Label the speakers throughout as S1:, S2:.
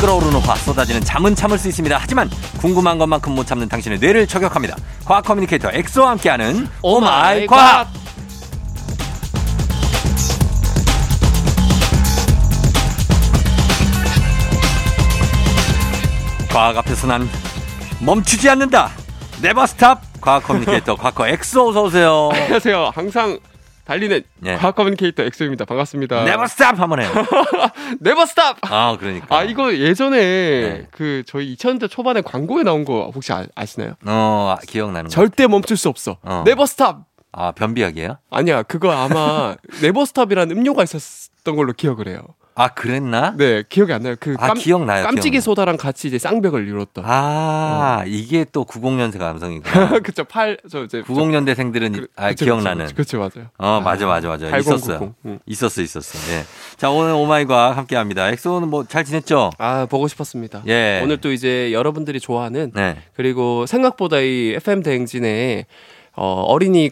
S1: 끓어오르는 화 쏟아지는 잠은 참을 수 있습니다. 하지만 궁금한 것만큼 못 참는 당신의 뇌를 저격합니다. 과학 커뮤니케이터 엑소와 함께하는 오마이 과학. 과학 앞에서 난 멈추지 않는다. 네버스탑 과학 커뮤니케이터 과커 엑소 어서 오세요.
S2: 안녕하세요. 항상 달리는
S1: 예.
S2: 과학 커뮤니케이터 엑소입니다. 반갑습니다.
S1: 네버스탑 한번 해요.
S2: 네버 스탑.
S1: 아 그러니까.
S2: 아 이거 예전에
S1: 네.
S2: 그 저희 2000년대 초반에 광고에 나온 거 혹시 아, 아시나요?
S1: 어 아, 기억나는 거.
S2: 절대 멈출 수 없어.
S1: 어.
S2: 네버 스탑.
S1: 아 변비약이에요?
S2: 아니야 그거 아마 네버 스탑이라는 음료가 있었던 걸로 기억을 해요.
S1: 아 그랬나?
S2: 네 기억이 안 나요. 그
S1: 아
S2: 깜,
S1: 기억나요.
S2: 깜찍이
S1: 기억나요.
S2: 소다랑 같이 이제 쌍벽을 이뤘던.
S1: 아 이게 또 90년생 감성이구나.
S2: 그쵸 팔저 이제
S1: 90년대생들은 아 기억나는.
S2: 그쵸 맞아요.
S1: 어 맞아 맞아 맞아
S2: 8090.
S1: 있었어요.
S2: 응. 있
S1: 있었어있었어 예. 자 오늘 오마이과 함께합니다. 엑소는 뭐 잘 지냈죠?
S2: 아 보고 싶었습니다.
S1: 예.
S2: 오늘 또 이제 여러분들이 좋아하는
S1: 네.
S2: 그리고 생각보다 이 FM 대행진에 어, 어린이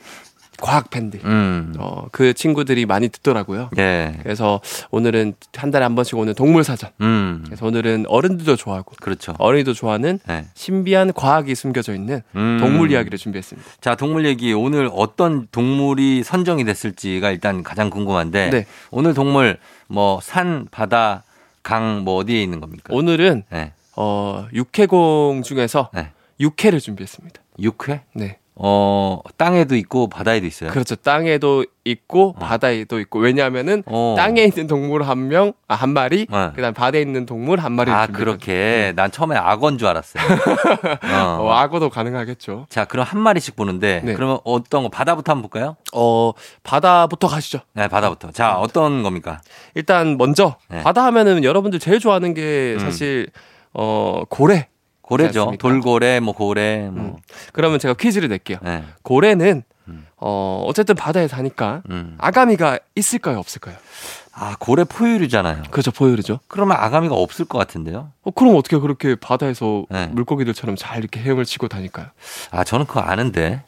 S2: 과학 팬들
S1: 음.
S2: 어, 그 친구들이 많이 듣더라고요.
S1: 예.
S2: 그래서 오늘은 한 달에 한 번씩 오는 동물 사전.
S1: 음.
S2: 그래서 오늘은 어른들도 좋아하고
S1: 그렇죠.
S2: 어린이도 좋아하는
S1: 네.
S2: 신비한 과학이 숨겨져 있는
S1: 음.
S2: 동물 이야기를 준비했습니다.
S1: 자, 동물 얘기 오늘 어떤 동물이 선정이 됐을지가 일단 가장 궁금한데
S2: 네.
S1: 오늘 동물 뭐 산, 바다, 강 뭐 어디에 있는 겁니까?
S2: 오늘은
S1: 네.
S2: 어, 육해공 중에서
S1: 네.
S2: 육해를 준비했습니다.
S1: 육회?
S2: 네.
S1: 어, 땅에도 있고 바다에도 있어요.
S2: 그렇죠. 땅에도 있고 바다에도 있고 왜냐하면은
S1: 어.
S2: 땅에 있는 동물 한 명, 아, 한 마리,
S1: 네.
S2: 그다음 바다에 있는 동물 한 마리를
S1: 아,
S2: 준비했거든요.
S1: 그렇게. 난 처음에 악어인 줄 알았어요. 어.
S2: 네. 어, 악어도 가능하겠죠.
S1: 자, 그럼 한 마리씩 보는데
S2: 네.
S1: 그러면 어떤 거 바다부터 한번 볼까요?
S2: 어, 바다부터 가시죠.
S1: 네, 바다부터. 자, 어떤 겁니까?
S2: 일단 먼저
S1: 네. 음.
S2: 바다 하면은 여러분들 제일 좋아하는 게 사실 어, 고래.
S1: 고래죠.
S2: 그렇지 않습니까?
S1: 돌고래, 뭐
S2: 음,
S1: 고래, 뭐.
S2: 그러면 제가 퀴즈를 낼게요.
S1: 네.
S2: 고래는
S1: 음.
S2: 어, 어쨌든 바다에 사니까
S1: 음.
S2: 아가미가 있을까요, 없을까요?
S1: 아, 고래 포유류잖아요.
S2: 그렇죠. 포유류죠.
S1: 그러면 아가미가 없을 것 같은데요?
S2: 어, 그럼 어떻게 그렇게 바다에서
S1: 네.
S2: 물고기들처럼 잘 이렇게 헤엄을 치고 다닐까요?
S1: 아, 저는 그거 아는데.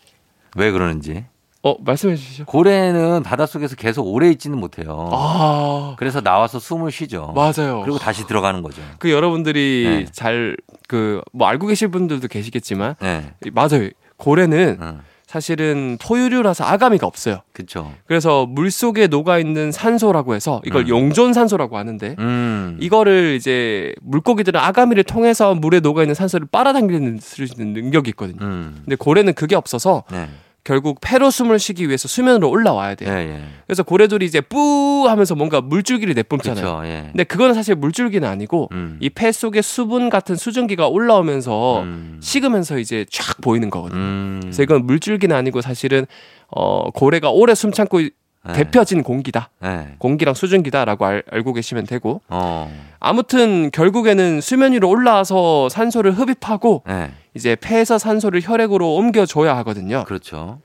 S1: 왜 그러는지.
S2: 어, 말씀해 주시죠.
S1: 고래는 바닷속에서 계속 오래 있지는 못해요.
S2: 아,
S1: 그래서 나와서 숨을 쉬죠.
S2: 맞아요.
S1: 어. 그리고 다시 들어가는 거죠.
S2: 그 여러분들이
S1: 네.
S2: 잘 그 뭐 알고 계실 분들도 계시겠지만
S1: 네.
S2: 맞아요. 고래는
S1: 응.
S2: 사실은 포유류라서 아가미가 없어요.
S1: 그쵸.
S2: 그래서 물 속에 녹아 있는 산소라고 해서 이걸
S1: 음.
S2: 용존 산소라고 하는데
S1: 음.
S2: 네. 이거를 이제 물고기들은 아가미를 통해서 물에 녹아 있는 산소를 빨아당기는 수 있는 능력이 있거든요.
S1: 음.
S2: 근데 고래는 그게 없어서
S1: 네.
S2: 결국 폐로 숨을 쉬기 위해서 수면으로 올라와야 돼요.
S1: 예, 예.
S2: 그래서 고래들이 이제 뿌 하면서 뭔가 물줄기를 내뿜잖아요.
S1: 그쵸.
S2: 네.
S1: 예.
S2: 근데 그거는 사실 물줄기는 아니고
S1: 음.
S2: 이 폐 속에 수분 같은 수증기가 올라오면서
S1: 음.
S2: 식으면서 이제 쫙 보이는 거거든요.
S1: 음.
S2: 그래서 이건 물줄기는 아니고 사실은 어 고래가 오래 숨 참고
S1: 네.
S2: 데펴진 공기다.
S1: 네.
S2: 공기랑 수증기다라고 알, 알고 계시면 되고
S1: 어.
S2: 아무튼 결국에는 수면 위로 올라와서 산소를 흡입하고
S1: 네.
S2: 이제 폐에서 산소를 혈액으로 옮겨줘야 하거든요.
S1: 그렇죠.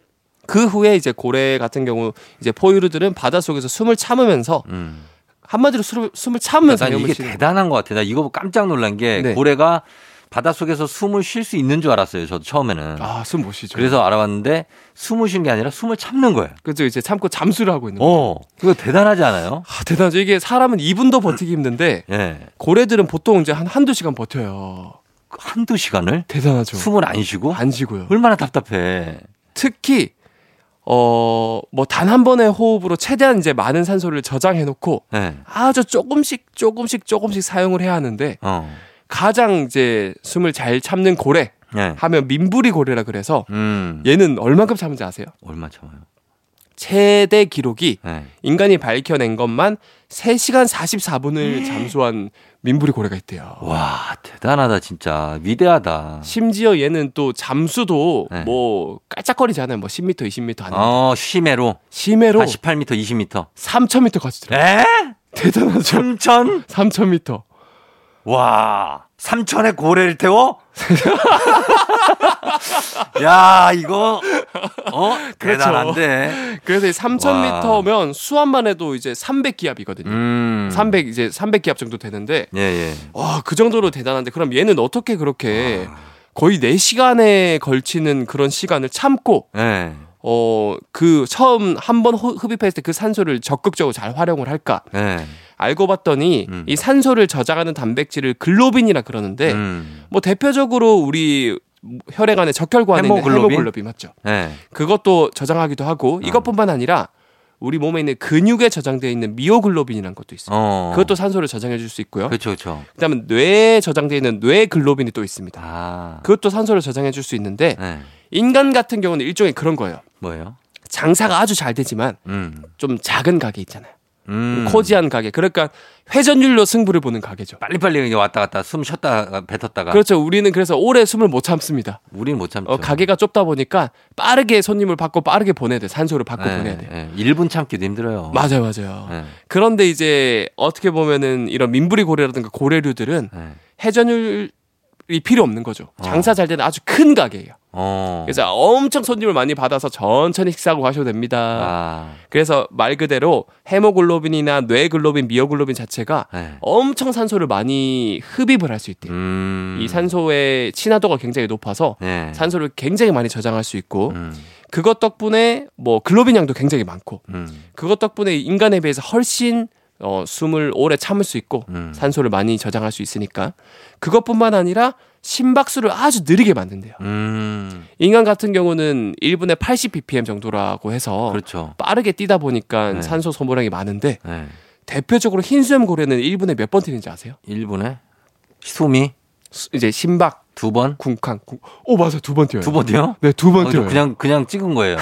S2: 그 후에 이제 고래 같은 경우 이제 포유류들은 바다 속에서 숨을 참으면서
S1: 음. 그러니까
S2: 한마디로 술, 숨을 참으면서
S1: 난 이게
S2: 헤엄을 치는
S1: 대단한 것 같아요. 나 이거 보고 깜짝 놀란 게
S2: 네.
S1: 고래가 바닷속에서 숨을 쉴 수 있는 줄 알았어요. 저도 처음에는.
S2: 아숨 못 쉬죠.
S1: 그래서 알아봤는데 숨을 쉬는 게 아니라 숨을 참는 거예요.
S2: 그죠 이제 참고 잠수를 하고 있는 거.
S1: 어, 그거 대단하지 않아요?
S2: 아, 대단하죠. 이게 사람은 2분도 버티기 힘든데
S1: 예.
S2: 고래들은 보통 이제 한 한두 시간 버텨요.
S1: 그 한두 시간을
S2: 대단하죠.
S1: 숨을 안 쉬고
S2: 안 쉬고요.
S1: 얼마나 답답해.
S2: 특히 어 뭐 단 한 번의 호흡으로 최대한 이제 많은 산소를 저장해 놓고
S1: 예.
S2: 아주 조금씩 조금씩 조금씩 사용을 해야 하는데
S1: 어.
S2: 가장 이제 숨을 잘 참는 고래
S1: 예.
S2: 하면 민부리 고래라 그래서
S1: 음.
S2: 얘는 얼만큼 참은지 아세요?
S1: 얼마 참아요?
S2: 최대 기록이
S1: 예.
S2: 인간이 밝혀낸 것만 3시간 44분을 잠수한 민부리 고래가 있대요.
S1: 와, 대단하다 진짜. 위대하다.
S2: 심지어 얘는 또 잠수도
S1: 네.
S2: 뭐 깔짝거리잖아요. 뭐 10m, 20m 안 어.
S1: 어, 심해로
S2: 심해로
S1: 48m, 20m.
S2: 3,000m 가지더라고요.
S1: 에?
S2: 대단하죠.
S1: 3천?
S2: 3,000m.
S1: 와, 삼천에 고래를 태워? 야, 이거, 어?
S2: 그렇죠.
S1: 대단한데.
S2: 그래서 이 3,000m면 수압만 해도 이제 300기압이거든요.
S1: 음.
S2: 300 이제 300기압 정도 되는데
S1: 예, 예.
S2: 와, 그 정도로 대단한데 그럼 얘는 어떻게 그렇게 거의 4시간에 걸치는 그런 시간을 참고
S1: 예.
S2: 어, 그 처음 한 번 흡입했을 때 그 산소를 적극적으로 잘 활용을 할까?
S1: 예.
S2: 알고 봤더니
S1: 음.
S2: 이 산소를 저장하는 단백질을 글로빈이라 그러는데
S1: 음.
S2: 뭐 대표적으로 우리 혈액 안에 적혈관에 있는
S1: 헤모글로빈?
S2: 헤모글로빈 맞죠?
S1: 네.
S2: 그것도 저장하기도 하고 이것뿐만 아니라 우리 몸에 있는 근육에 저장되어 있는 미오글로빈이라는 것도 있어요.
S1: 어.
S2: 그것도 산소를 저장해 줄 수 있고요.
S1: 그렇죠, 그렇죠.
S2: 그다음에 뇌에 저장되어 있는 뇌글로빈이 또 있습니다.
S1: 아.
S2: 그것도 산소를 저장해 줄 수 있는데
S1: 네.
S2: 인간 같은 경우는 일종의 그런 거예요.
S1: 뭐예요?
S2: 장사가 아주 잘 되지만
S1: 음.
S2: 좀 작은 가게 있잖아요.
S1: 음.
S2: 코지한 가게. 그러니까 회전율로 승부를 보는 가게죠.
S1: 빨리빨리 이제 왔다 갔다 숨 쉬었다가 뱉었다가
S2: 그렇죠. 우리는 그래서 오래 숨을 못 참습니다.
S1: 우린 못 참죠.
S2: 어, 가게가 좁다 보니까 빠르게 손님을 받고 빠르게 보내야 돼. 산소를 받고
S1: 네.
S2: 보내야 돼.
S1: 예, 1분 참기도 힘들어요.
S2: 맞아요, 맞아요.
S1: 네.
S2: 그런데 이제 어떻게 보면은 이런 민부리 고래라든가 고래류들은
S1: 네.
S2: 회전율이 필요 없는 거죠. 장사 잘 되는 아주 큰 가게예요.
S1: 어.
S2: 그래서 엄청 손님을 많이 받아서 천천히 식사하고 가셔도 됩니다.
S1: 아.
S2: 그래서 말 그대로 헤모글로빈이나 뇌글로빈, 미오글로빈 자체가
S1: 네.
S2: 엄청 산소를 많이 흡입을 할 수 있대요.
S1: 음.
S2: 이 산소의 친화도가 굉장히 높아서
S1: 네.
S2: 산소를 굉장히 많이 저장할 수 있고
S1: 음.
S2: 그것 덕분에 뭐 글로빈 양도 굉장히 많고
S1: 음.
S2: 그것 덕분에 인간에 비해서 훨씬 어, 숨을 오래 참을 수 있고
S1: 음.
S2: 산소를 많이 저장할 수 있으니까 그것뿐만 아니라 심박수를 아주 느리게 만든대요.
S1: 음.
S2: 인간 같은 경우는 1분에 80bpm 정도라고 해서
S1: 그렇죠.
S2: 빠르게 뛰다 보니까
S1: 네.
S2: 산소 소모량이 많은데
S1: 네.
S2: 대표적으로 흰수염 고래는 1분에 몇 번 뛰는지 아세요?
S1: 1분에 숨이
S2: 수- 이제 심박,
S1: 두 번?
S2: 궁캉, 궁... 오 맞아 두 번 뛰어요.
S1: 두 번이요?
S2: 네, 두 번
S1: 어,
S2: 뛰어요.
S1: 그냥 그냥 찍은 거예요.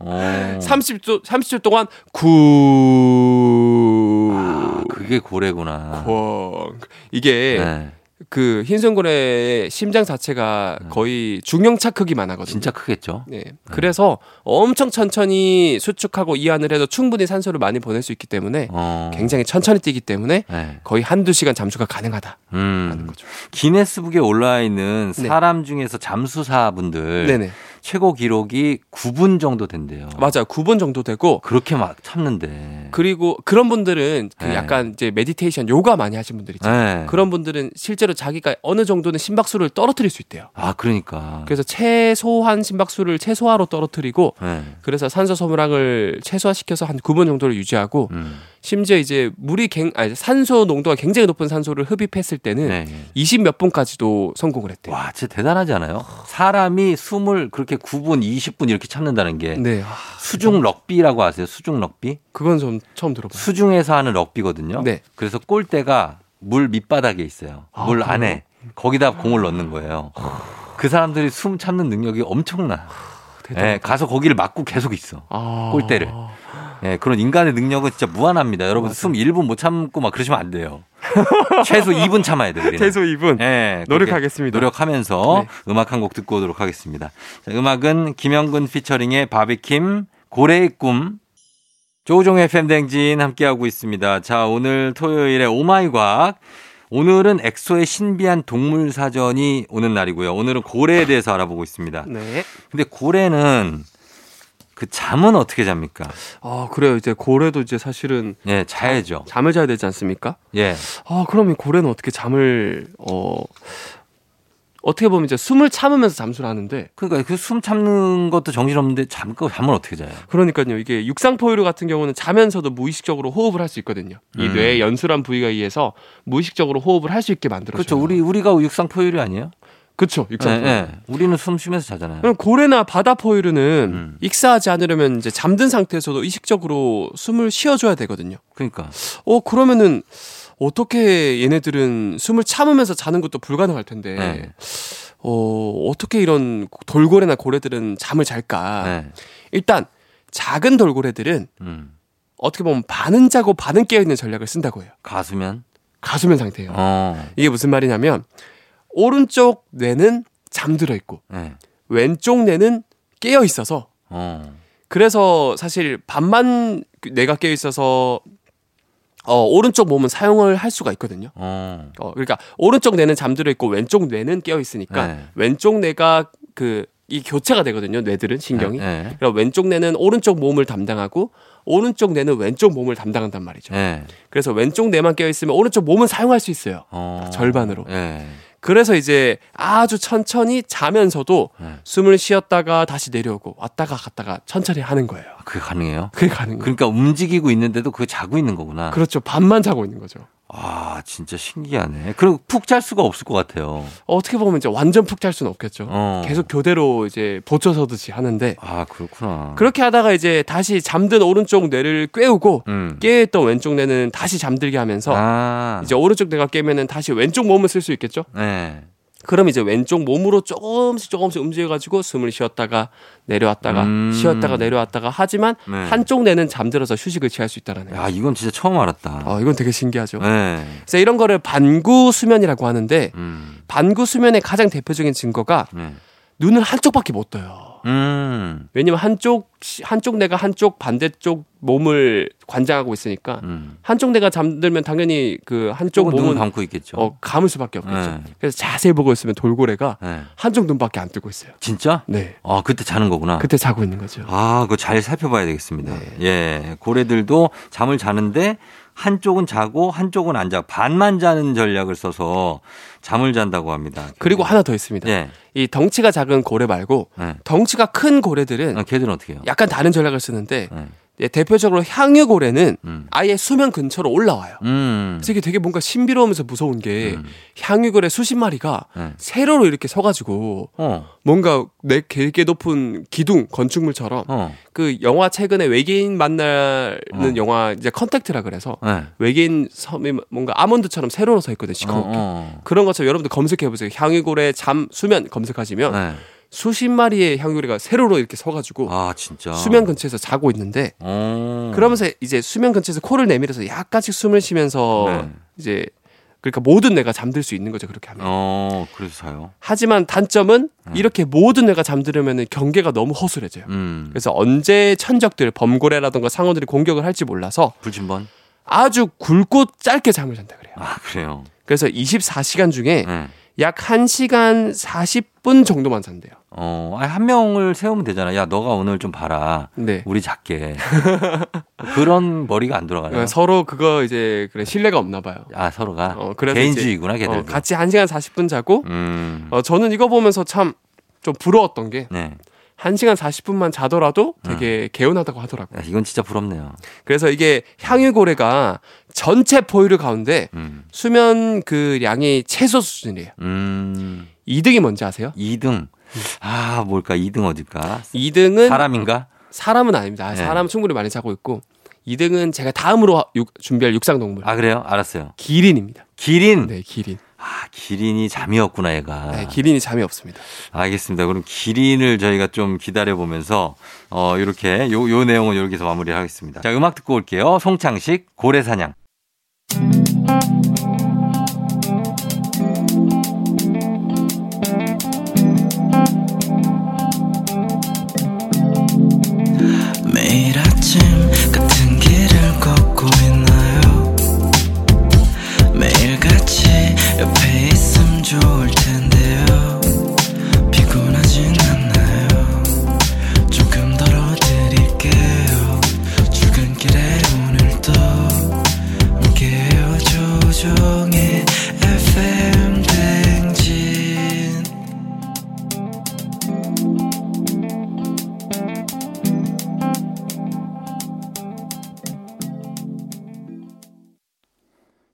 S1: 어.
S2: 30초 30초 동안 구
S1: 아, 그게 고래구나.
S2: 쾅. 이게
S1: 네.
S2: 그 흰승골의 심장 자체가 거의 중형차 크기만 하거든요.
S1: 진짜 크겠죠.
S2: 네. 그래서 엄청 천천히 수축하고 이완을 해도 충분히 산소를 많이 보낼 수 있기 때문에
S1: 어.
S2: 굉장히 천천히 뛰기 때문에
S1: 네.
S2: 거의 한두 시간 잠수가 가능하다라는
S1: 음.
S2: 거죠.
S1: 기네스북에 올라 있는
S2: 네.
S1: 사람 중에서 잠수사분들
S2: 네네.
S1: 최고 기록이 9분 정도 된대요.
S2: 맞아요. 9분 정도 되고
S1: 그렇게 막 참는데.
S2: 그리고 그런 분들은 그
S1: 네.
S2: 약간 이제 메디테이션 요가 많이 하신 분들 있잖아요.
S1: 네.
S2: 그런 분들은 실제로 자기가 어느 정도는 심박수를 떨어뜨릴 수 있대요.
S1: 아, 그러니까.
S2: 그래서 최소한 심박수를 최소화로 떨어뜨리고
S1: 네.
S2: 그래서 산소 소모량을 최소화시켜서 한 9분 정도를 유지하고
S1: 음.
S2: 심지어 이제 물이 갱, 아니, 산소 농도가 굉장히 높은 산소를 흡입했을 때는
S1: 네. 네.
S2: 20 몇 분까지도 성공을 했대요.
S1: 와, 진짜 대단하지 않아요? 사람이 숨을 그렇게 9분, 20분 이렇게 참는다는 게
S2: 네, 아,
S1: 수중 럭비라고 아세요? 수중 럭비?
S2: 그건 좀 처음 들어봐요.
S1: 수중에서 하는 럭비거든요.
S2: 네.
S1: 그래서 골대가 물 밑바닥에 있어요.
S2: 아,
S1: 물
S2: 그래요?
S1: 안에. 거기다 공을 넣는 거예요. 그 사람들이 숨 참는 능력이 엄청나. 예, 가서 거기를 막고 계속 있어.
S2: 아,
S1: 골대를. 예, 그런 인간의 능력은 진짜 무한합니다. 여러분
S2: 맞아요.
S1: 숨 1분 못 참고 막 그러시면 안 돼요. 최소 2분 참아야 돼요. 우리는.
S2: 네. 최소 2분
S1: 예, 그렇게
S2: 노력하겠습니다.
S1: 노력하면서
S2: 네.
S1: 음악 한 곡 듣고 오도록 하겠습니다. 자, 음악은 김영근 피처링의 바비킴 고래의 꿈 조종의 팬댕진 함께하고 있습니다. 자, 오늘 토요일에 오마이곽 오늘은 엑소의 신비한 동물 사전이 오는 날이고요. 오늘은 고래에 대해서 알아보고 있습니다.
S2: 네.
S1: 근데 고래는 그 잠은 어떻게 잡니까?
S2: 아 그래요. 이제 고래도 이제 사실은
S1: 예, 자야죠.
S2: 잠을 자야 되지 않습니까?
S1: 예.
S2: 아 그러면 고래는 어떻게 잠을 어 어떻게 보면 이제 숨을 참으면서 잠수를 하는데
S1: 그러니까 그 숨 참는 것도 정신없는데 잠, 그 잠을 어떻게 자요?
S2: 그러니까요. 이게 육상포유류 같은 경우는 자면서도 무의식적으로 호흡을 할 수 있거든요. 이
S1: 음.
S2: 뇌의 연수란 부위가 의해서 무의식적으로 호흡을 할 수 있게 만들어져요.
S1: 그렇죠. 우리 우리가 육상 포유류 아니에요?
S2: 그렇죠. 육상포유.
S1: 예, 예. 우리는 숨 쉬면서 자잖아요.
S2: 그럼 고래나 바다 포유류는
S1: 음.
S2: 익사하지 않으려면 이제 잠든 상태에서도 의식적으로 숨을 쉬어줘야 되거든요.
S1: 그러니까
S2: 어 그러면은 어떻게 얘네들은 숨을 참으면서 자는 것도 불가능할 텐데
S1: 네.
S2: 어 어떻게 이런 돌고래나 고래들은 잠을 잘까?
S1: 예.
S2: 일단 작은 돌고래들은
S1: 음.
S2: 어떻게 보면 반은 자고 반은 깨어 있는 전략을 쓴다고 해요.
S1: 가수면
S2: 가수면 상태예요.
S1: 어.
S2: 이게 무슨 말이냐면 오른쪽 뇌는 잠들어 있고
S1: 예.
S2: 왼쪽 뇌는 깨어 있어서
S1: 어.
S2: 그래서 사실 반만 뇌가 깨어 있어서 어, 오른쪽 몸은 사용을 할 수가 있거든요.
S1: 어.
S2: 어, 그러니까 오른쪽 뇌는 잠들어 있고 왼쪽 뇌는 깨어 있으니까
S1: 네.
S2: 왼쪽 뇌가 그 이 교체가 되거든요. 뇌들은 신경이.
S1: 예, 예.
S2: 그럼 왼쪽 뇌는 오른쪽 몸을 담당하고 오른쪽 뇌는 왼쪽 몸을 담당한단 말이죠.
S1: 예.
S2: 그래서 왼쪽 뇌만 깨어 있으면 오른쪽 몸은 사용할 수 있어요.
S1: 어.
S2: 절반으로.
S1: 예.
S2: 그래서 이제 아주 천천히 자면서도
S1: 네.
S2: 숨을 쉬었다가 다시 내려오고 왔다가 갔다가 천천히 하는 거예요.
S1: 아, 그게 가능해요?
S2: 그게 가능해요.
S1: 그러니까 움직이고 있는데도 그거 자고 있는 거구나.
S2: 그렇죠. 밤만 자고 있는 거죠.
S1: 아, 진짜 신기하네. 그리고 푹 잘 수가 없을 것 같아요.
S2: 어떻게 보면 이제 완전 푹 잘 수는 없겠죠.
S1: 어.
S2: 계속 교대로 이제 보초서듯이 하는데
S1: 아, 그렇구나.
S2: 그렇게 하다가 이제 다시 잠든 오른쪽 뇌를 꿰우고
S1: 음.
S2: 깨있던 왼쪽 뇌는 다시 잠들게 하면서
S1: 아.
S2: 이제 오른쪽 뇌가 깨면은 다시 왼쪽 몸을 쓸 수 있겠죠.
S1: 네.
S2: 그럼 이제 왼쪽 몸으로 조금씩 조금씩 움직여가지고 숨을 쉬었다가 내려왔다가
S1: 음.
S2: 쉬었다가 내려왔다가 하지만
S1: 네.
S2: 한쪽 뇌는 잠들어서 휴식을 취할 수 있다라는. 거예요.
S1: 야, 이건 진짜 처음 알았다.
S2: 아 이건 되게 신기하죠.
S1: 네.
S2: 그래서 이런 거를 반구 수면이라고 하는데
S1: 음.
S2: 반구 수면의 가장 대표적인 증거가
S1: 네.
S2: 눈을 한쪽밖에 못 떠요.
S1: 음.
S2: 왜냐면 한쪽 시- 한쪽 뇌가 한쪽 반대쪽 몸을 관장하고 있으니까
S1: 음.
S2: 한쪽 뇌가 잠들면 당연히 그 한쪽
S1: 조금 눈은
S2: 몸은
S1: 감고 있겠죠.
S2: 어, 감을 수밖에 없겠죠.
S1: 네.
S2: 그래서 자세히 보고 있으면 돌고래가
S1: 네.
S2: 한쪽 눈밖에 안 뜨고 있어요.
S1: 진짜?
S2: 네.
S1: 아, 그때 자는 거구나.
S2: 그때 네. 자고 있는 거죠.
S1: 아, 그거 잘 살펴봐야 되겠습니다. 예. 고래들도 잠을 자는데 한쪽은 자고 한쪽은 안 자고 반만 자는 전략을 써서 잠을 잔다고 합니다.
S2: 그리고 하나 더 있습니다.
S1: 예.
S2: 이 덩치가 작은 고래 말고
S1: 예.
S2: 덩치가 큰 고래들은
S1: 아, 걔들은 어떻게 해요?
S2: 약간 다른 전략을 쓰는데
S1: 예.
S2: 예, 대표적으로 향유고래는
S1: 음.
S2: 아예 수면 근처로 올라와요.
S1: 음.
S2: 그래서 이게 되게 뭔가 신비로우면서 무서운 게
S1: 음.
S2: 향유고래 수십 마리가
S1: 예.
S2: 세로로 이렇게 서가지고
S1: 어.
S2: 뭔가 내 길게 높은 기둥 건축물처럼
S1: 어.
S2: 그 영화 최근에 외계인 만나는
S1: 어.
S2: 영화 이제 컨택트라 그래서
S1: 예.
S2: 외계인 섬이 뭔가 아몬드처럼 세로로 서 있거든 요
S1: 어,
S2: 시커멓게
S1: 어.
S2: 그런 것처럼 여러분들 검색해 보세요 향유고래 잠 수면 검색하시면
S1: 예.
S2: 수십 마리의 향유고래가 세로로 이렇게 서가지고
S1: 아, 진짜.
S2: 수면 근처에서 자고 있는데
S1: 어.
S2: 그러면서 이제 수면 근처에서 코를 내밀어서 약간씩 숨을 쉬면서
S1: 네.
S2: 이제 그러니까 모든 뇌가 잠들 수 있는 거죠 그렇게 하면
S1: 어, 그래서 자요.
S2: 하지만 단점은 이렇게 모든 뇌가 잠들으면 경계가 너무 허술해져요
S1: 음.
S2: 그래서 언제 천적들 범고래라던가 상어들이 공격을 할지 몰라서
S1: 불침번?
S2: 아주 굵고 짧게 잠을 잔다 그래요.
S1: 아, 그래요.
S2: 그래서 24시간 중에
S1: 예.
S2: 약 1시간 40분 정도만 잔대요.
S1: 어, 아니, 한 명을 세우면 되잖아. 야, 너가 오늘 좀 봐라.
S2: 네.
S1: 우리 작게. 그런 머리가 안 돌아가요.
S2: 그러니까 서로 그거 이제 그래 신뢰가 없나 봐요.
S1: 아, 서로가.
S2: 어, 그래서
S1: 개인주의구나,
S2: 이제,
S1: 걔들.
S2: 어, 같이 1시간 40분 자고
S1: 음.
S2: 어, 저는 이거 보면서 참 좀 부러웠던 게
S1: 네.
S2: 1시간 40분만 자더라도 되게
S1: 음.
S2: 개운하다고 하더라고요.
S1: 야, 아, 이건 진짜 부럽네요.
S2: 그래서 이게 향유고래가 전체 포유류 가운데
S1: 음.
S2: 수면 그 양이 최소 수준이에요.
S1: 음.
S2: 2등이 뭔지 아세요?
S1: 2등. 아, 뭘까? 2등 어딜까?
S2: 2등은
S1: 사람인가?
S2: 사람은 아닙니다. 아,
S1: 네.
S2: 사람 충분히 많이 자고 있고 2등은 제가 다음으로 하- 육- 준비할 육상 동물
S1: 아, 음. 그래요? 알았어요.
S2: 기린입니다.
S1: 기린.
S2: 네, 기린.
S1: 아, 기린이 잠이 없구나, 얘가.
S2: 네, 기린이 잠이 없습니다.
S1: 어. 알겠습니다. 그럼 기린을 저희가 좀 기다려보면서, 어, 요렇게, 요, 요 내용은 여기서 마무리하겠습니다. 자, 음악 듣고 올게요. 송창식, 고래사냥.
S3: 매일 아침 같은 길을 걷고 있나요 매일 같이 옆에 있음 좋을 텐데요 피곤하진 않나요 조금 덜어드릴게요 출근길에 오늘도 함께해요 조종의 FM 댕진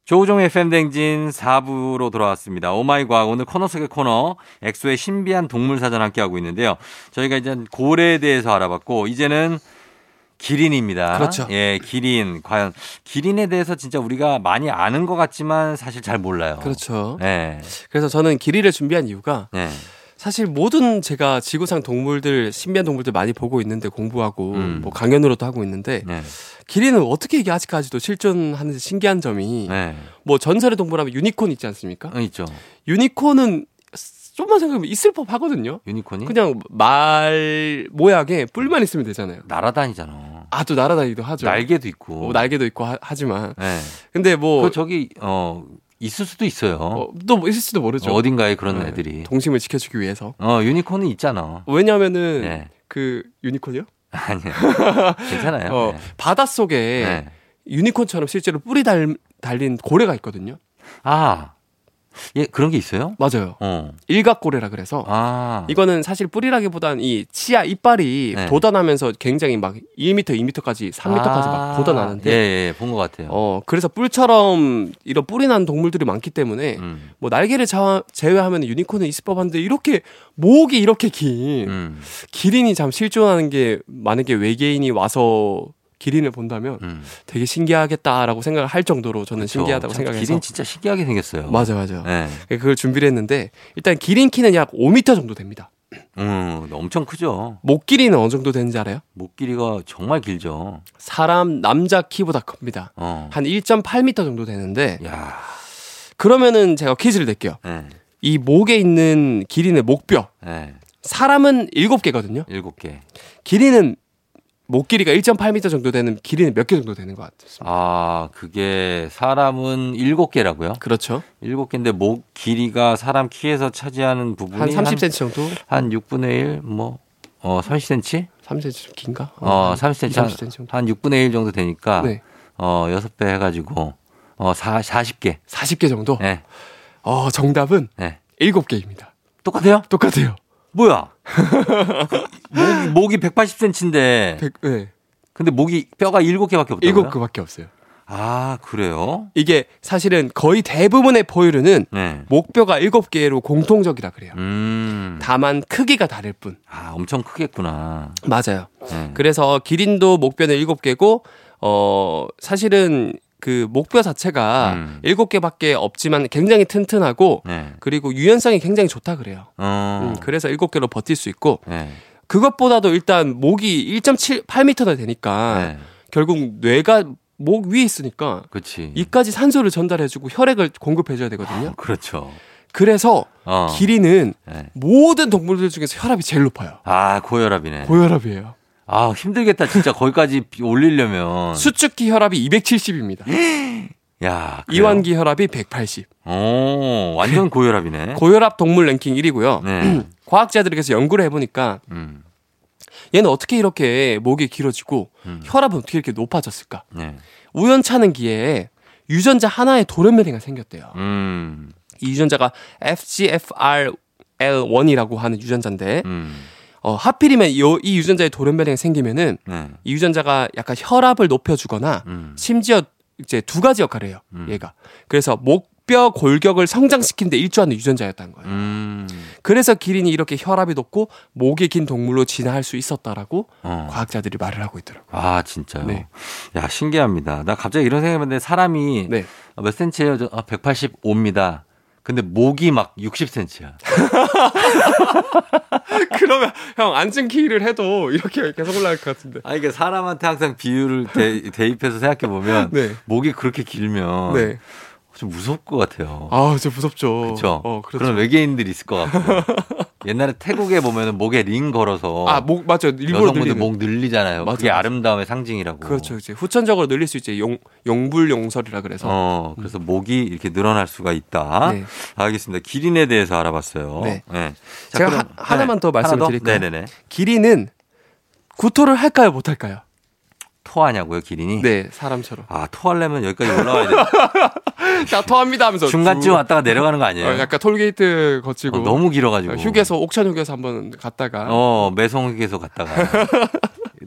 S1: 조우종의 팬댕진 4부로 돌아왔습니다. 오마이과학 오늘 코너 속의 코너 엑소의 신비한 동물 사전 함께하고 있는데요. 저희가 이제 고래에 대해서 알아봤고 이제는 기린입니다.
S2: 그렇죠.
S1: 예, 기린. 과연 기린에 대해서 진짜 우리가 많이 아는 것 같지만 사실 잘 몰라요.
S2: 그렇죠.
S1: 예.
S2: 그래서 저는 기린을 준비한 이유가
S1: 예.
S2: 사실 모든 제가 지구상 동물들 신비한 동물들 많이 보고 있는데 공부하고
S1: 음.
S2: 뭐 강연으로도 하고 있는데
S1: 예. 기린
S2: 기린은 어떻게 이게 아직까지도 실존하는지 신기한 점이
S1: 예.
S2: 뭐 전설의 동물하면 유니콘 있지 않습니까?
S1: 어, 있죠.
S2: 유니콘은 좀만 생각하면 있을 법 하거든요.
S1: 유니콘이
S2: 그냥 말 모양에 뿔만 있으면 되잖아요.
S1: 날아다니잖아.
S2: 아, 또 날아다니기도 하죠.
S1: 날개도 있고.
S2: 어, 날개도 있고 하, 지만
S1: 예.
S2: 근데 뭐,
S1: 그 저기 어 있을 수도 있어요.
S2: 어, 또 있을 지도 모르죠.
S1: 어딘가에 그런
S2: 네,
S1: 애들이.
S2: 동심을 지켜주기 위해서.
S1: 어, 유니콘은 있잖아.
S2: 왜냐면은,
S1: 네.
S2: 그, 유니콘이요?
S1: 아니요. 괜찮아요.
S2: 어, 예.
S1: 네.
S2: 바닷속에
S1: 네.
S2: 유니콘처럼 실제로 뿔이 달, 달린 고래가 있거든요.
S1: 아, 예, 그런 게 있어요?
S2: 맞아요.
S1: 어.
S2: 일각고래라 그래서
S1: 아.
S2: 이거는 사실 뿌리라기보단 이 치아 이빨이
S1: 네.
S2: 돋아나면서 굉장히 막 1m, 2m까지, 3m까지
S1: 아.
S2: 막 돋아나는데
S1: 예, 예, 본 것 같아요.
S2: 어 그래서 뿔처럼 이런 뿔이 난 동물들이 많기 때문에
S1: 음.
S2: 뭐 날개를 자- 제외하면 유니콘은 있을 법한데 이렇게 목이 이렇게 긴
S1: 음.
S2: 기린이 참 실존하는 게 만약에 외계인이 와서 기린을 본다면
S1: 음.
S2: 되게 신기하겠다라고 생각을 할 정도로 저는 신기하다고
S1: 참
S2: 생각해서
S1: 기린 진짜 신기하게 생겼어요.
S2: 맞아 맞아
S1: 네.
S2: 그걸 준비를 했는데 일단 기린 키는 약 5m 정도 됩니다
S1: 음, 엄청 크죠.
S2: 목 길이는 어느 정도 되는지 알아요?
S1: 목 길이가 정말 길죠.
S2: 사람 남자 키보다 큽니다
S1: 어.
S2: 한 1.8m 정도 되는데
S1: 야.
S2: 그러면은 제가 퀴즈를 낼게요
S1: 예.
S2: 이 목에 있는 기린의 목뼈
S1: 예.
S2: 사람은 7개거든요
S1: 일곱 개.
S2: 길이는 목 길이가 1.8m 정도 되는 길이는 몇 개 정도 되는 것 같습니다.
S1: 아, 그게 사람은 일곱 개라고요?
S2: 그렇죠.
S1: 일곱 개인데 목 길이가 사람 키에서 차지하는 부분이
S2: 한 30cm 정도?
S1: 한 6분의 1, 뭐, 어, 30cm?
S2: 3cm 긴가?
S1: 어,
S2: 한
S1: 30cm.
S2: 20,
S1: 한,
S2: 30cm 정도.
S1: 한 6분의 1 정도 되니까,
S2: 네.
S1: 어, 6배 해가지고, 어, 사, 40개.
S2: 40개 정도?
S1: 예,
S2: 어, 정답은
S1: 예.
S2: 7개입니다.
S1: 똑같아요?
S2: 똑같아요.
S1: 뭐야? 목이, 목이 180cm인데,
S2: 백- 네.
S1: 근데 목이, 뼈가 7개밖에 없다고요?
S2: 7개밖에 없어요.
S1: 아, 그래요?
S2: 이게 사실은 거의 대부분의 포유류는
S1: 네.
S2: 목뼈가 7개로 공통적이라 그래요.
S1: 음.
S2: 다만 크기가 다를 뿐.
S1: 아, 엄청 크겠구나.
S2: 맞아요.
S1: 네.
S2: 그래서 기린도 목뼈는 7개고 어 사실은 그 목뼈
S1: 음.
S2: 자체가 일곱 개밖에 없지만 굉장히 튼튼하고
S1: 네.
S2: 그리고 유연성이 굉장히 좋다 그래요.
S1: 어.
S2: 음, 그래서 일곱 개로 버틸 수 있고
S1: 네.
S2: 그것보다도 일단 목이 1.78m나 되니까
S1: 네.
S2: 결국 뇌가 목 위에 있으니까
S1: 그치.
S2: 이까지 산소를 전달해주고 혈액을 공급해줘야 되거든요.
S1: 그렇죠.
S2: 그래서
S1: 어.
S2: 기린은
S1: 네.
S2: 모든 동물들 중에서 혈압이 제일 높아요.
S1: 아, 고혈압이네.
S2: 고혈압이에요.
S1: 아, 힘들겠다. 진짜 거기까지 비- 올리려면.
S2: 수축기 혈압이
S1: 음.
S2: 270입니다.
S1: 야, 그래요?
S2: 이완기 혈압이 180.
S1: 오, 완전 고혈압이네.
S2: 고혈압 동물 랭킹 1위고요.
S1: 네.
S2: 과학자들에게서 연구를 해보니까
S1: 음.
S2: 얘는 어떻게 이렇게 목이 길어지고
S1: 음.
S2: 혈압은 어떻게 이렇게 높아졌을까?
S1: 네.
S2: 우연찮은 기회에 유전자 하나의 돌연변이가 생겼대요.
S1: 음.
S2: 이 유전자가 FGFRL1이라고 하는 유전자인데
S1: 음.
S2: 어, 하필이면 이, 이 유전자의 돌연변이가 생기면은
S1: 네.
S2: 이 유전자가 약간 혈압을 높여주거나
S1: 음.
S2: 심지어 이제 두 가지 역할을 해요.
S1: 음.
S2: 얘가 그래서 목뼈 골격을 성장시키는데 일조하는 유전자였다는 거예요.
S1: 음.
S2: 그래서 기린이 이렇게 혈압이 높고 목이 긴 동물로 진화할 수 있었다라고
S1: 어.
S2: 과학자들이 말을 하고 있더라고요.
S1: 아, 진짜요?
S2: 네.
S1: 야, 신기합니다. 나 갑자기 이런 생각이 드는데 사람이
S2: 네.
S1: 몇 센치예요? 저- 아, 185입니다. 근데 목이 막 60cm야.
S2: 그러면 형 앉은 키를 해도 이렇게 계속 올라갈 것 같은데.
S1: 아니, 그러니까 사람한테 항상 비율을 대, 대입해서 생각해보면
S2: 네.
S1: 목이 그렇게 길면
S2: 네.
S1: 좀 무서울 것 같아요.
S2: 아, 저 무섭죠.
S1: 그렇죠.
S2: 어, 그렇죠.
S1: 그런 외계인들이 있을 것 같고 옛날에 태국에 보면은 목에 링 걸어서
S2: 아, 목 맞죠. 일부러
S1: 여성분들
S2: 늘리는.
S1: 목 늘리잖아요.
S2: 맞아,
S1: 그게
S2: 맞아.
S1: 아름다움의 상징이라고.
S2: 그렇죠. 이제 후천적으로 늘릴 수 있지. 용 용불 용설이라 그래서.
S1: 어, 그래서 목이 이렇게 늘어날 수가 있다.
S2: 음. 네.
S1: 알겠습니다. 기린에 대해서 알아봤어요.
S2: 네.
S1: 자,
S2: 제가
S1: 그럼- 네.
S2: 하- 하나만 더 말씀을 드릴까요?
S1: 네네네.
S2: 기린은 구토를 할까요, 못 할까요?
S1: 토하냐고요, 기린이?
S2: 네, 사람처럼.
S1: 아, 토하려면 여기까지 올라와야 돼요.
S2: 자, 토합니다 하면서
S1: 중간쯤
S2: 쭉-
S1: 왔다가 내려가는 거 아니에요?
S2: 어, 약간 톨게이트
S1: 예. 어,
S2: 거치고
S1: 너무 길어가지고.
S2: 휴게소 옥천 휴게소 한번 갔다가 어,
S1: 어, 매송 휴게소 갔다가.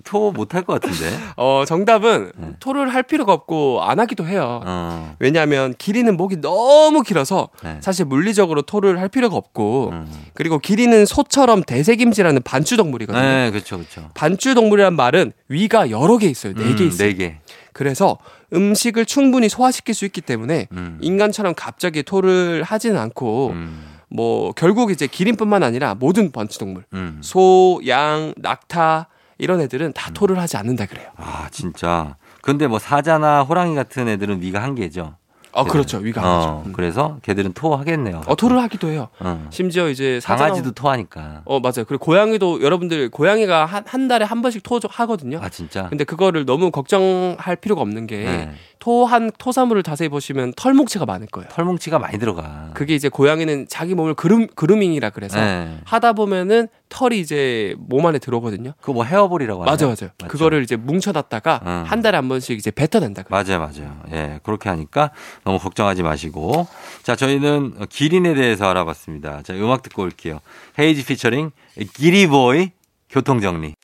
S1: 토 못할 것 같은데.
S2: 어, 정답은
S1: 네.
S2: 토를 할 필요가 없고 안 하기도 해요.
S1: 어.
S2: 왜냐하면 기린은 목이 너무 길어서
S1: 네.
S2: 사실 물리적으로 토를 할 필요가 없고
S1: 음.
S2: 그리고 기린은 소처럼 대세김치라는 반추동물이거든요.
S1: 네, 그렇죠, 그렇죠.
S2: 반추동물이란 말은 위가 여러 개 있어요. 네 개
S1: 음,
S2: 있어요.
S1: 네 개.
S2: 그래서 음식을 충분히 소화시킬 수 있기 때문에
S1: 음.
S2: 인간처럼 갑자기 토를 하지는 않고
S1: 음,
S2: 뭐 결국 이제 기린뿐만 아니라 모든 반추동물
S1: 음.
S2: 소, 양, 낙타 이런 애들은 다 토를 하지 않는다 그래요.
S1: 아, 진짜. 근데 뭐 사자나 호랑이 같은 애들은 위가 한 개죠.
S2: 어
S1: 네.
S2: 그렇죠 위가 안
S1: 어,
S2: 하죠. 음.
S1: 그래서 걔들은 토하겠네요.
S2: 어 토를 하기도 해요.
S1: 어.
S2: 심지어 이제 사자나-
S1: 강아지도 토하니까.
S2: 어 맞아요. 그리고 고양이도 여러분들 고양이가 한, 한 달에 한 번씩 토 하거든요.
S1: 아, 진짜.
S2: 근데 그거를 너무 걱정할 필요가 없는 게
S1: 네.
S2: 토한 토사물을 자세히 보시면 털뭉치가 많을 거예요.
S1: 털뭉치가 많이 들어가.
S2: 그게 이제 고양이는 자기 몸을 그름 그루밍이라 그래서
S1: 네.
S2: 하다 보면은 털이 이제 몸 안에 들어오거든요.
S1: 그거 뭐 헤어볼이라고 하나요?
S2: 맞아 맞아요. 어.
S1: 맞죠.
S2: 그거를 이제 뭉쳐놨다가
S1: 음.
S2: 한 달에 한 번씩 이제 뱉어낸다. 그래요.
S1: 맞아요, 맞아요. 예, 그렇게 하니까 너무 걱정하지 마시고. 자, 저희는 기린에 대해서 알아봤습니다. 자, 음악 듣고 올게요. 헤이지 피처링 기리보이 교통정리.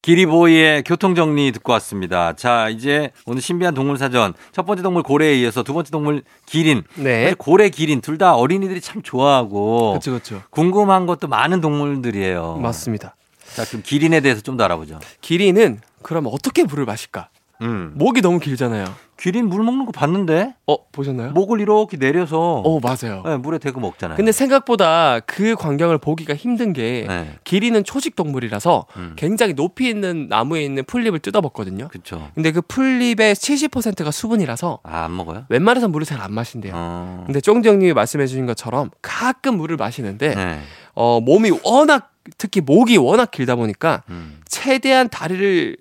S1: 기리보이의 교통정리 듣고 왔습니다. 자, 이제 오늘 신비한 동물사전. 첫 번째 동물 고래에 이어서 두 번째 동물 기린.
S2: 네.
S1: 사실 고래, 기린 둘 다 어린이들이 참 좋아하고
S2: 그렇죠, 그렇죠.
S1: 궁금한 것도 많은 동물들이에요.
S2: 맞습니다.
S1: 자, 그럼 기린에 대해서 좀 더 알아보죠.
S2: 기린은 그럼 어떻게 물을 마실까?
S1: 음.
S2: 목이 너무 길잖아요.
S1: 기린 물 먹는 거 봤는데
S2: 어 보셨나요?
S1: 목을 이렇게 내려서
S2: 어 맞아요.
S1: 네, 물에 대고 먹잖아요.
S2: 근데 생각보다 그 광경을 보기가 힘든 게
S1: 네.
S2: 기린은 초식 동물이라서
S1: 음.
S2: 굉장히 높이 있는 나무에 있는 풀잎을 뜯어먹거든요.
S1: 그렇죠.
S2: 근데 그 풀잎의 70%가 수분이라서
S1: 아, 안 먹어요?
S2: 웬만해서 물을 잘 안 마신대요.
S1: 어.
S2: 근데 쫑정님이 말씀해주신 것처럼 가끔 물을 마시는데
S1: 네.
S2: 어, 몸이 워낙 특히 목이 워낙 길다 보니까
S1: 음.
S2: 최대한 다리를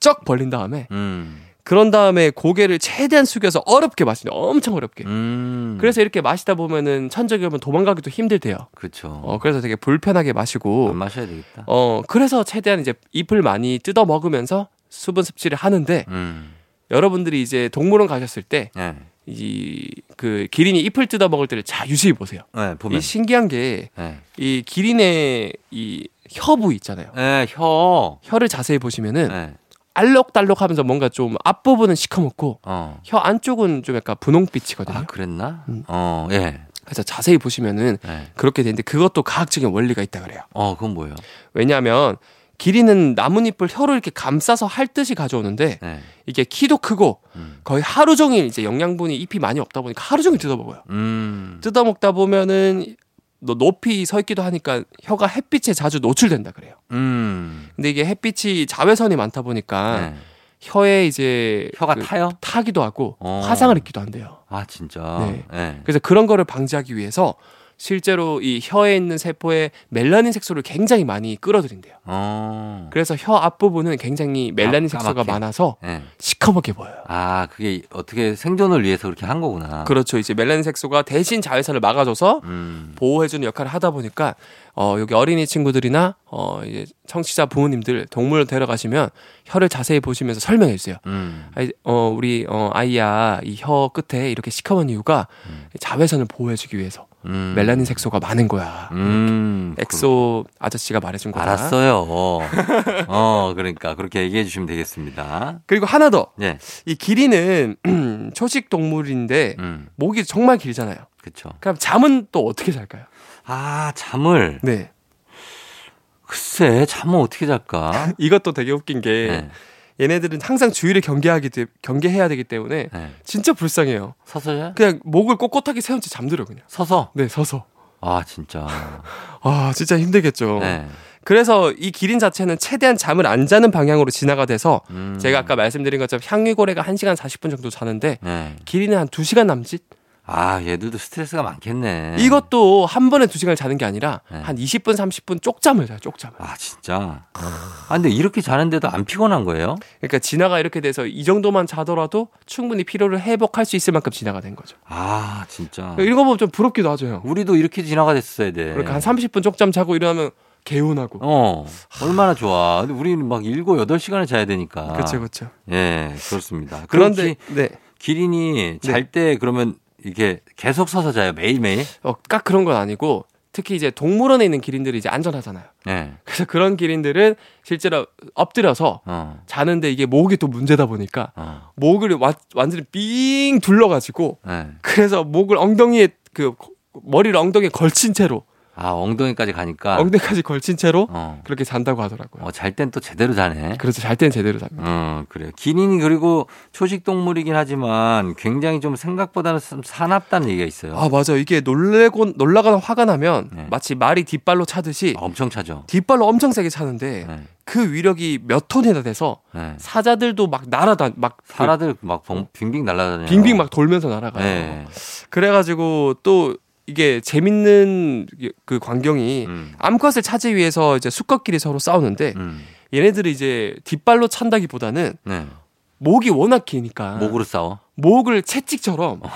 S2: 쩍 벌린 다음에
S1: 음.
S2: 그런 다음에 고개를 최대한 숙여서 어렵게 마시는 엄청 어렵게.
S1: 음.
S2: 그래서 이렇게 마시다 보면은 천적이 오면 도망가기도 힘들대요.
S1: 그렇죠.
S2: 어, 그래서 되게 불편하게
S1: 안
S2: 마시고
S1: 마셔야 되겠다.
S2: 어, 그래서 최대한 이제 잎을 많이 뜯어 먹으면서 수분 섭취를 하는데
S1: 음.
S2: 여러분들이 이제 동물원 가셨을
S1: 네.
S2: 때 이 그 기린이 잎을 뜯어 먹을 때를 잘 유심히 보세요.
S1: 네, 보면.
S2: 이 신기한 게
S1: 네.
S2: 이 기린의 이 혀부 있잖아요.
S1: 네, 혀.
S2: 혀를 자세히 보시면은
S1: 네.
S2: 알록달록 하면서 뭔가 좀 앞부분은 시커멓고
S1: 어.
S2: 혀 안쪽은 좀 약간 분홍빛이거든요.
S1: 아, 그랬나?
S2: 음.
S1: 어, 예.
S2: 그래서 자세히 보시면은
S1: 네.
S2: 그렇게 되는데 그것도 과학적인 원리가 있다 그래요.
S1: 어, 그건 뭐예요?
S2: 왜냐하면 기린은 나뭇잎을 혀로 이렇게 감싸서 할듯이 가져오는데
S1: 네.
S2: 이게 키도 크고
S1: 음.
S2: 거의 하루 종일 이제 영양분이 잎이 많이 없다 보니까 하루 종일 뜯어먹어요.
S1: 음.
S2: 뜯어먹다 보면은 너- 높이 서 있기도 하니까 혀가 햇빛에 자주 노출된다 그래요.
S1: 음.
S2: 근데 이게 햇빛이 자외선이 많다 보니까
S1: 네.
S2: 혀에 이제
S1: 혀가
S2: 아, 그
S1: 타요?
S2: 타기도 하고
S1: 어.
S2: 화상을 입기도 한대요.
S1: 아, 진짜.
S2: 네.
S1: 네.
S2: 그래서 그런 거를 방지하기 위해서 실제로 이 혀에 있는 세포에 멜라닌 색소를 굉장히 많이 끌어들인대요.
S1: 어.
S2: 그래서 혀 앞부분은 굉장히 멜라닌
S1: 아,
S2: 색소가
S1: 까맣게.
S2: 많아서
S1: 네.
S2: 시커멓게 보여요.
S1: 아, 그게 어떻게 생존을 위해서 그렇게 한 거구나.
S2: 그렇죠. 이제 멜라닌 색소가 대신 자외선을 막아줘서
S1: 음.
S2: 보호해주는 역할을 하다 보니까 어 여기 어린이 친구들이나 어 이제 청취자 부모님들 동물원 데려가시면 혀를 자세히 보시면서 설명해 주세요.
S1: 음.
S2: 아이, 어, 우리 어, 아이야 이 혀 끝에 이렇게 시커먼 이유가 자외선을 보호해주기 위해서
S1: 음.
S2: 멜라닌 색소가 많은 거야.
S1: 음.
S2: 엑소 아저씨가 말해준 거야.
S1: 알았어요. 어. 어, 그러니까 그렇게 얘기해 주시면 되겠습니다.
S2: 그리고 하나 더.
S1: 예.
S2: 이 길이는 초식 동물인데
S1: 음.
S2: 목이 정말 길잖아요.
S1: 그렇죠.
S2: 그럼 잠은 또 어떻게 잘까요?
S1: 아, 잠을
S2: 네.
S1: 글쎄, 잠을 어떻게 잘까?
S2: 이것도 되게 웃긴 게
S1: 네.
S2: 얘네들은 항상 주위를 경계하기 때- 경계해야 되기 때문에
S1: 네.
S2: 진짜 불쌍해요.
S1: 서서 자?
S2: 그냥 목을 꼿꼿하게 세운 채 잠들어 그냥.
S1: 서서.
S2: 네, 서서.
S1: 아, 진짜.
S2: 아, 진짜 힘들겠죠.
S1: 네.
S2: 그래서 이 기린 자체는 최대한 잠을 안 자는 방향으로 진화가 돼서
S1: 음.
S2: 제가 그 아까 말씀드린 것처럼 향위고래가 1시간 40분 정도 자는데
S1: 네.
S2: 기린은 한 2시간 남짓?
S1: 아, 얘들도 스트레스가 많겠네.
S2: 이것도 한 번에 2시간을 자는 게 아니라
S1: 네.
S2: 한 20분 30분 쪽잠을 자요. 쪽잠을.
S1: 아, 진짜. 아, 근데 이렇게 자는데도 안 피곤한 거예요?
S2: 그러니까 진화가 이렇게 돼서 이 정도만 자더라도 충분히 피로를 회복할 수 있을 만큼 진화가 된 거죠. 그러니까
S1: 아, 진짜.
S2: 이런 거 보면 좀 부럽기도 하죠. 형.
S1: 우리도 이렇게 지나가 됐어야 돼.
S2: 그 그러니까 한 30분 쪽잠 자고 일어나면 개운하고.
S1: 어, 얼마나 좋아. 근데 우리는 막 일곱, 여덟 시간을 자야 되니까.
S2: 그렇죠. 그렇죠.
S1: 예, 아. 그렇습니다.
S2: 그런데
S1: 그런데
S2: 네.
S1: 기린이 잘 때 그러면 이게 계속 서서 자요. 매일매일.
S2: 어, 딱 그런 건 아니고 특히 이제 동물원에 있는 기린들이 이제 안전하잖아요.
S1: 예.
S2: 그래서 그런 기린들은 실제로 엎드려서
S1: 어.
S2: 자는데 이게 목이 또 문제다 보니까
S1: 어.
S2: 목을 와- 완전히 삥 둘러가지고
S1: 예.
S2: 그래서 목을 엉덩이에 그 거- 머리를 엉덩이에 걸친 채로
S1: 아, 엉덩이까지 가니까.
S2: 엉덩이까지 걸친 채로
S1: 어.
S2: 그렇게 잔다고 하더라고요.
S1: 잘 땐 또 제대로 자네.
S2: 그래서 잘 때는 제대로 잡니다.
S1: 어, 그래요. 기린이 그리고 초식 동물이긴 하지만 굉장히 좀 생각보다는 좀 사납다는 얘기가 있어요.
S2: 아 맞아 이게 놀래곤 놀라거나 화가 나면
S1: 네.
S2: 마치 말이 뒷발로 차듯이
S1: 엄청 차죠.
S2: 뒷발로 엄청 세게 차는데
S1: 예.
S2: 그 위력이 몇 톤이나 돼서
S1: 예.
S2: 사자들도 막 날아다 막그
S1: 사라들 막 벙- 빙빙 날아다녀요.
S2: 빙빙 막 돌면서 날아가요.
S1: 예.
S2: 그래가지고 또 이게 재밌는 그 광경이
S1: 음.
S2: 암컷을 차지 위해서 이제 수컷끼리 서로 싸우는데
S1: 음.
S2: 얘네들이 이제 뒷발로 찬다기보다는
S1: 네.
S2: 목이 워낙 기니까
S1: 목으로 싸워.
S2: 목을 채찍처럼
S1: 어.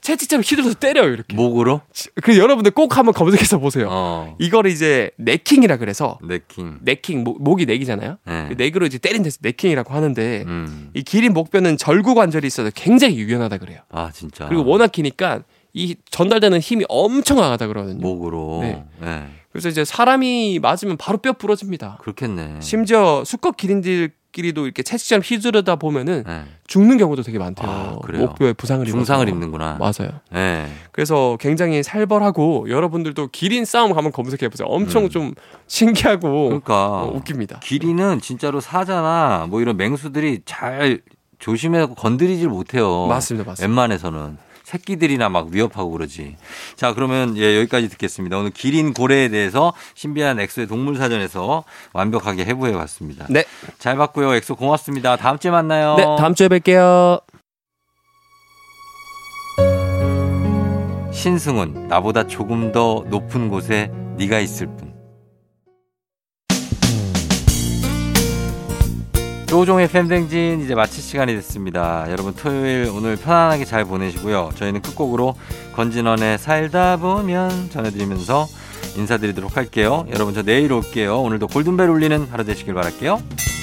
S2: 채찍처럼 휘둘러서 때려요 이렇게.
S1: 목으로?
S2: 그 여러분들 꼭 한번 검색해서 보세요.
S1: 어.
S2: 이걸 이제 네킹이라 그래서
S1: 네킹.
S2: 네킹 목, 목이 네기잖아요.
S1: 네.
S2: 그 네기로 이제 때린 데서 네킹이라고 하는데
S1: 음.
S2: 이 기린 목뼈는 절구 관절이 있어서 굉장히 유연하다 그래요.
S1: 아 진짜.
S2: 그리고 워낙 기니까 이 전달되는 힘이 엄청 강하다 그러거든요.
S1: 목으로.
S2: 네.
S1: 네.
S2: 그래서 이제 사람이 맞으면 바로 뼈
S1: 음.
S2: 부러집니다.
S1: 그렇겠네.
S2: 심지어 수컷 기린들끼리도 이렇게 채찍처럼 휘두르다 보면은
S1: 네.
S2: 죽는 경우도 되게 많대요.
S1: 아, 그래요?
S2: 목뼈에 부상을 입어서.
S1: 중상을 입는구나.
S2: 맞아요.
S1: 네.
S2: 그래서 굉장히 살벌하고 여러분들도 기린 싸움 한번 검색해 보세요. 엄청
S1: 음.
S2: 좀 신기하고
S1: 그러니까
S2: 어, 웃깁니다.
S1: 기린은 진짜로 사자나 뭐 이런 맹수들이 잘 조심해서 건드리질 못해요.
S2: 맞습니다, 맞습니다.
S1: 웬만해서는 새끼들이나 막 위협하고 그러지. 자, 그러면 예, 여기까지 듣겠습니다. 오늘 기린 고래에 대해서 신비한 엑소의 동물 사전에서 완벽하게 해부해 봤습니다.
S2: 네.
S1: 잘 봤고요. 엑소 고맙습니다. 다음 주에 만나요.
S2: 네, 다음 주에 뵐게요.
S1: 신승훈 나보다 조금 더 높은 곳에 네가 있을 뿐. 조종의 팬댕진 이제 마칠 시간이 됐습니다. 여러분 토요일 오늘 편안하게 잘 보내시고요. 저희는 끝곡으로 권진원의 살다 보면 전해드리면서 인사드리도록 할게요. 여러분 저 내일 올게요. 오늘도 골든벨 울리는 하루 되시길 바랄게요.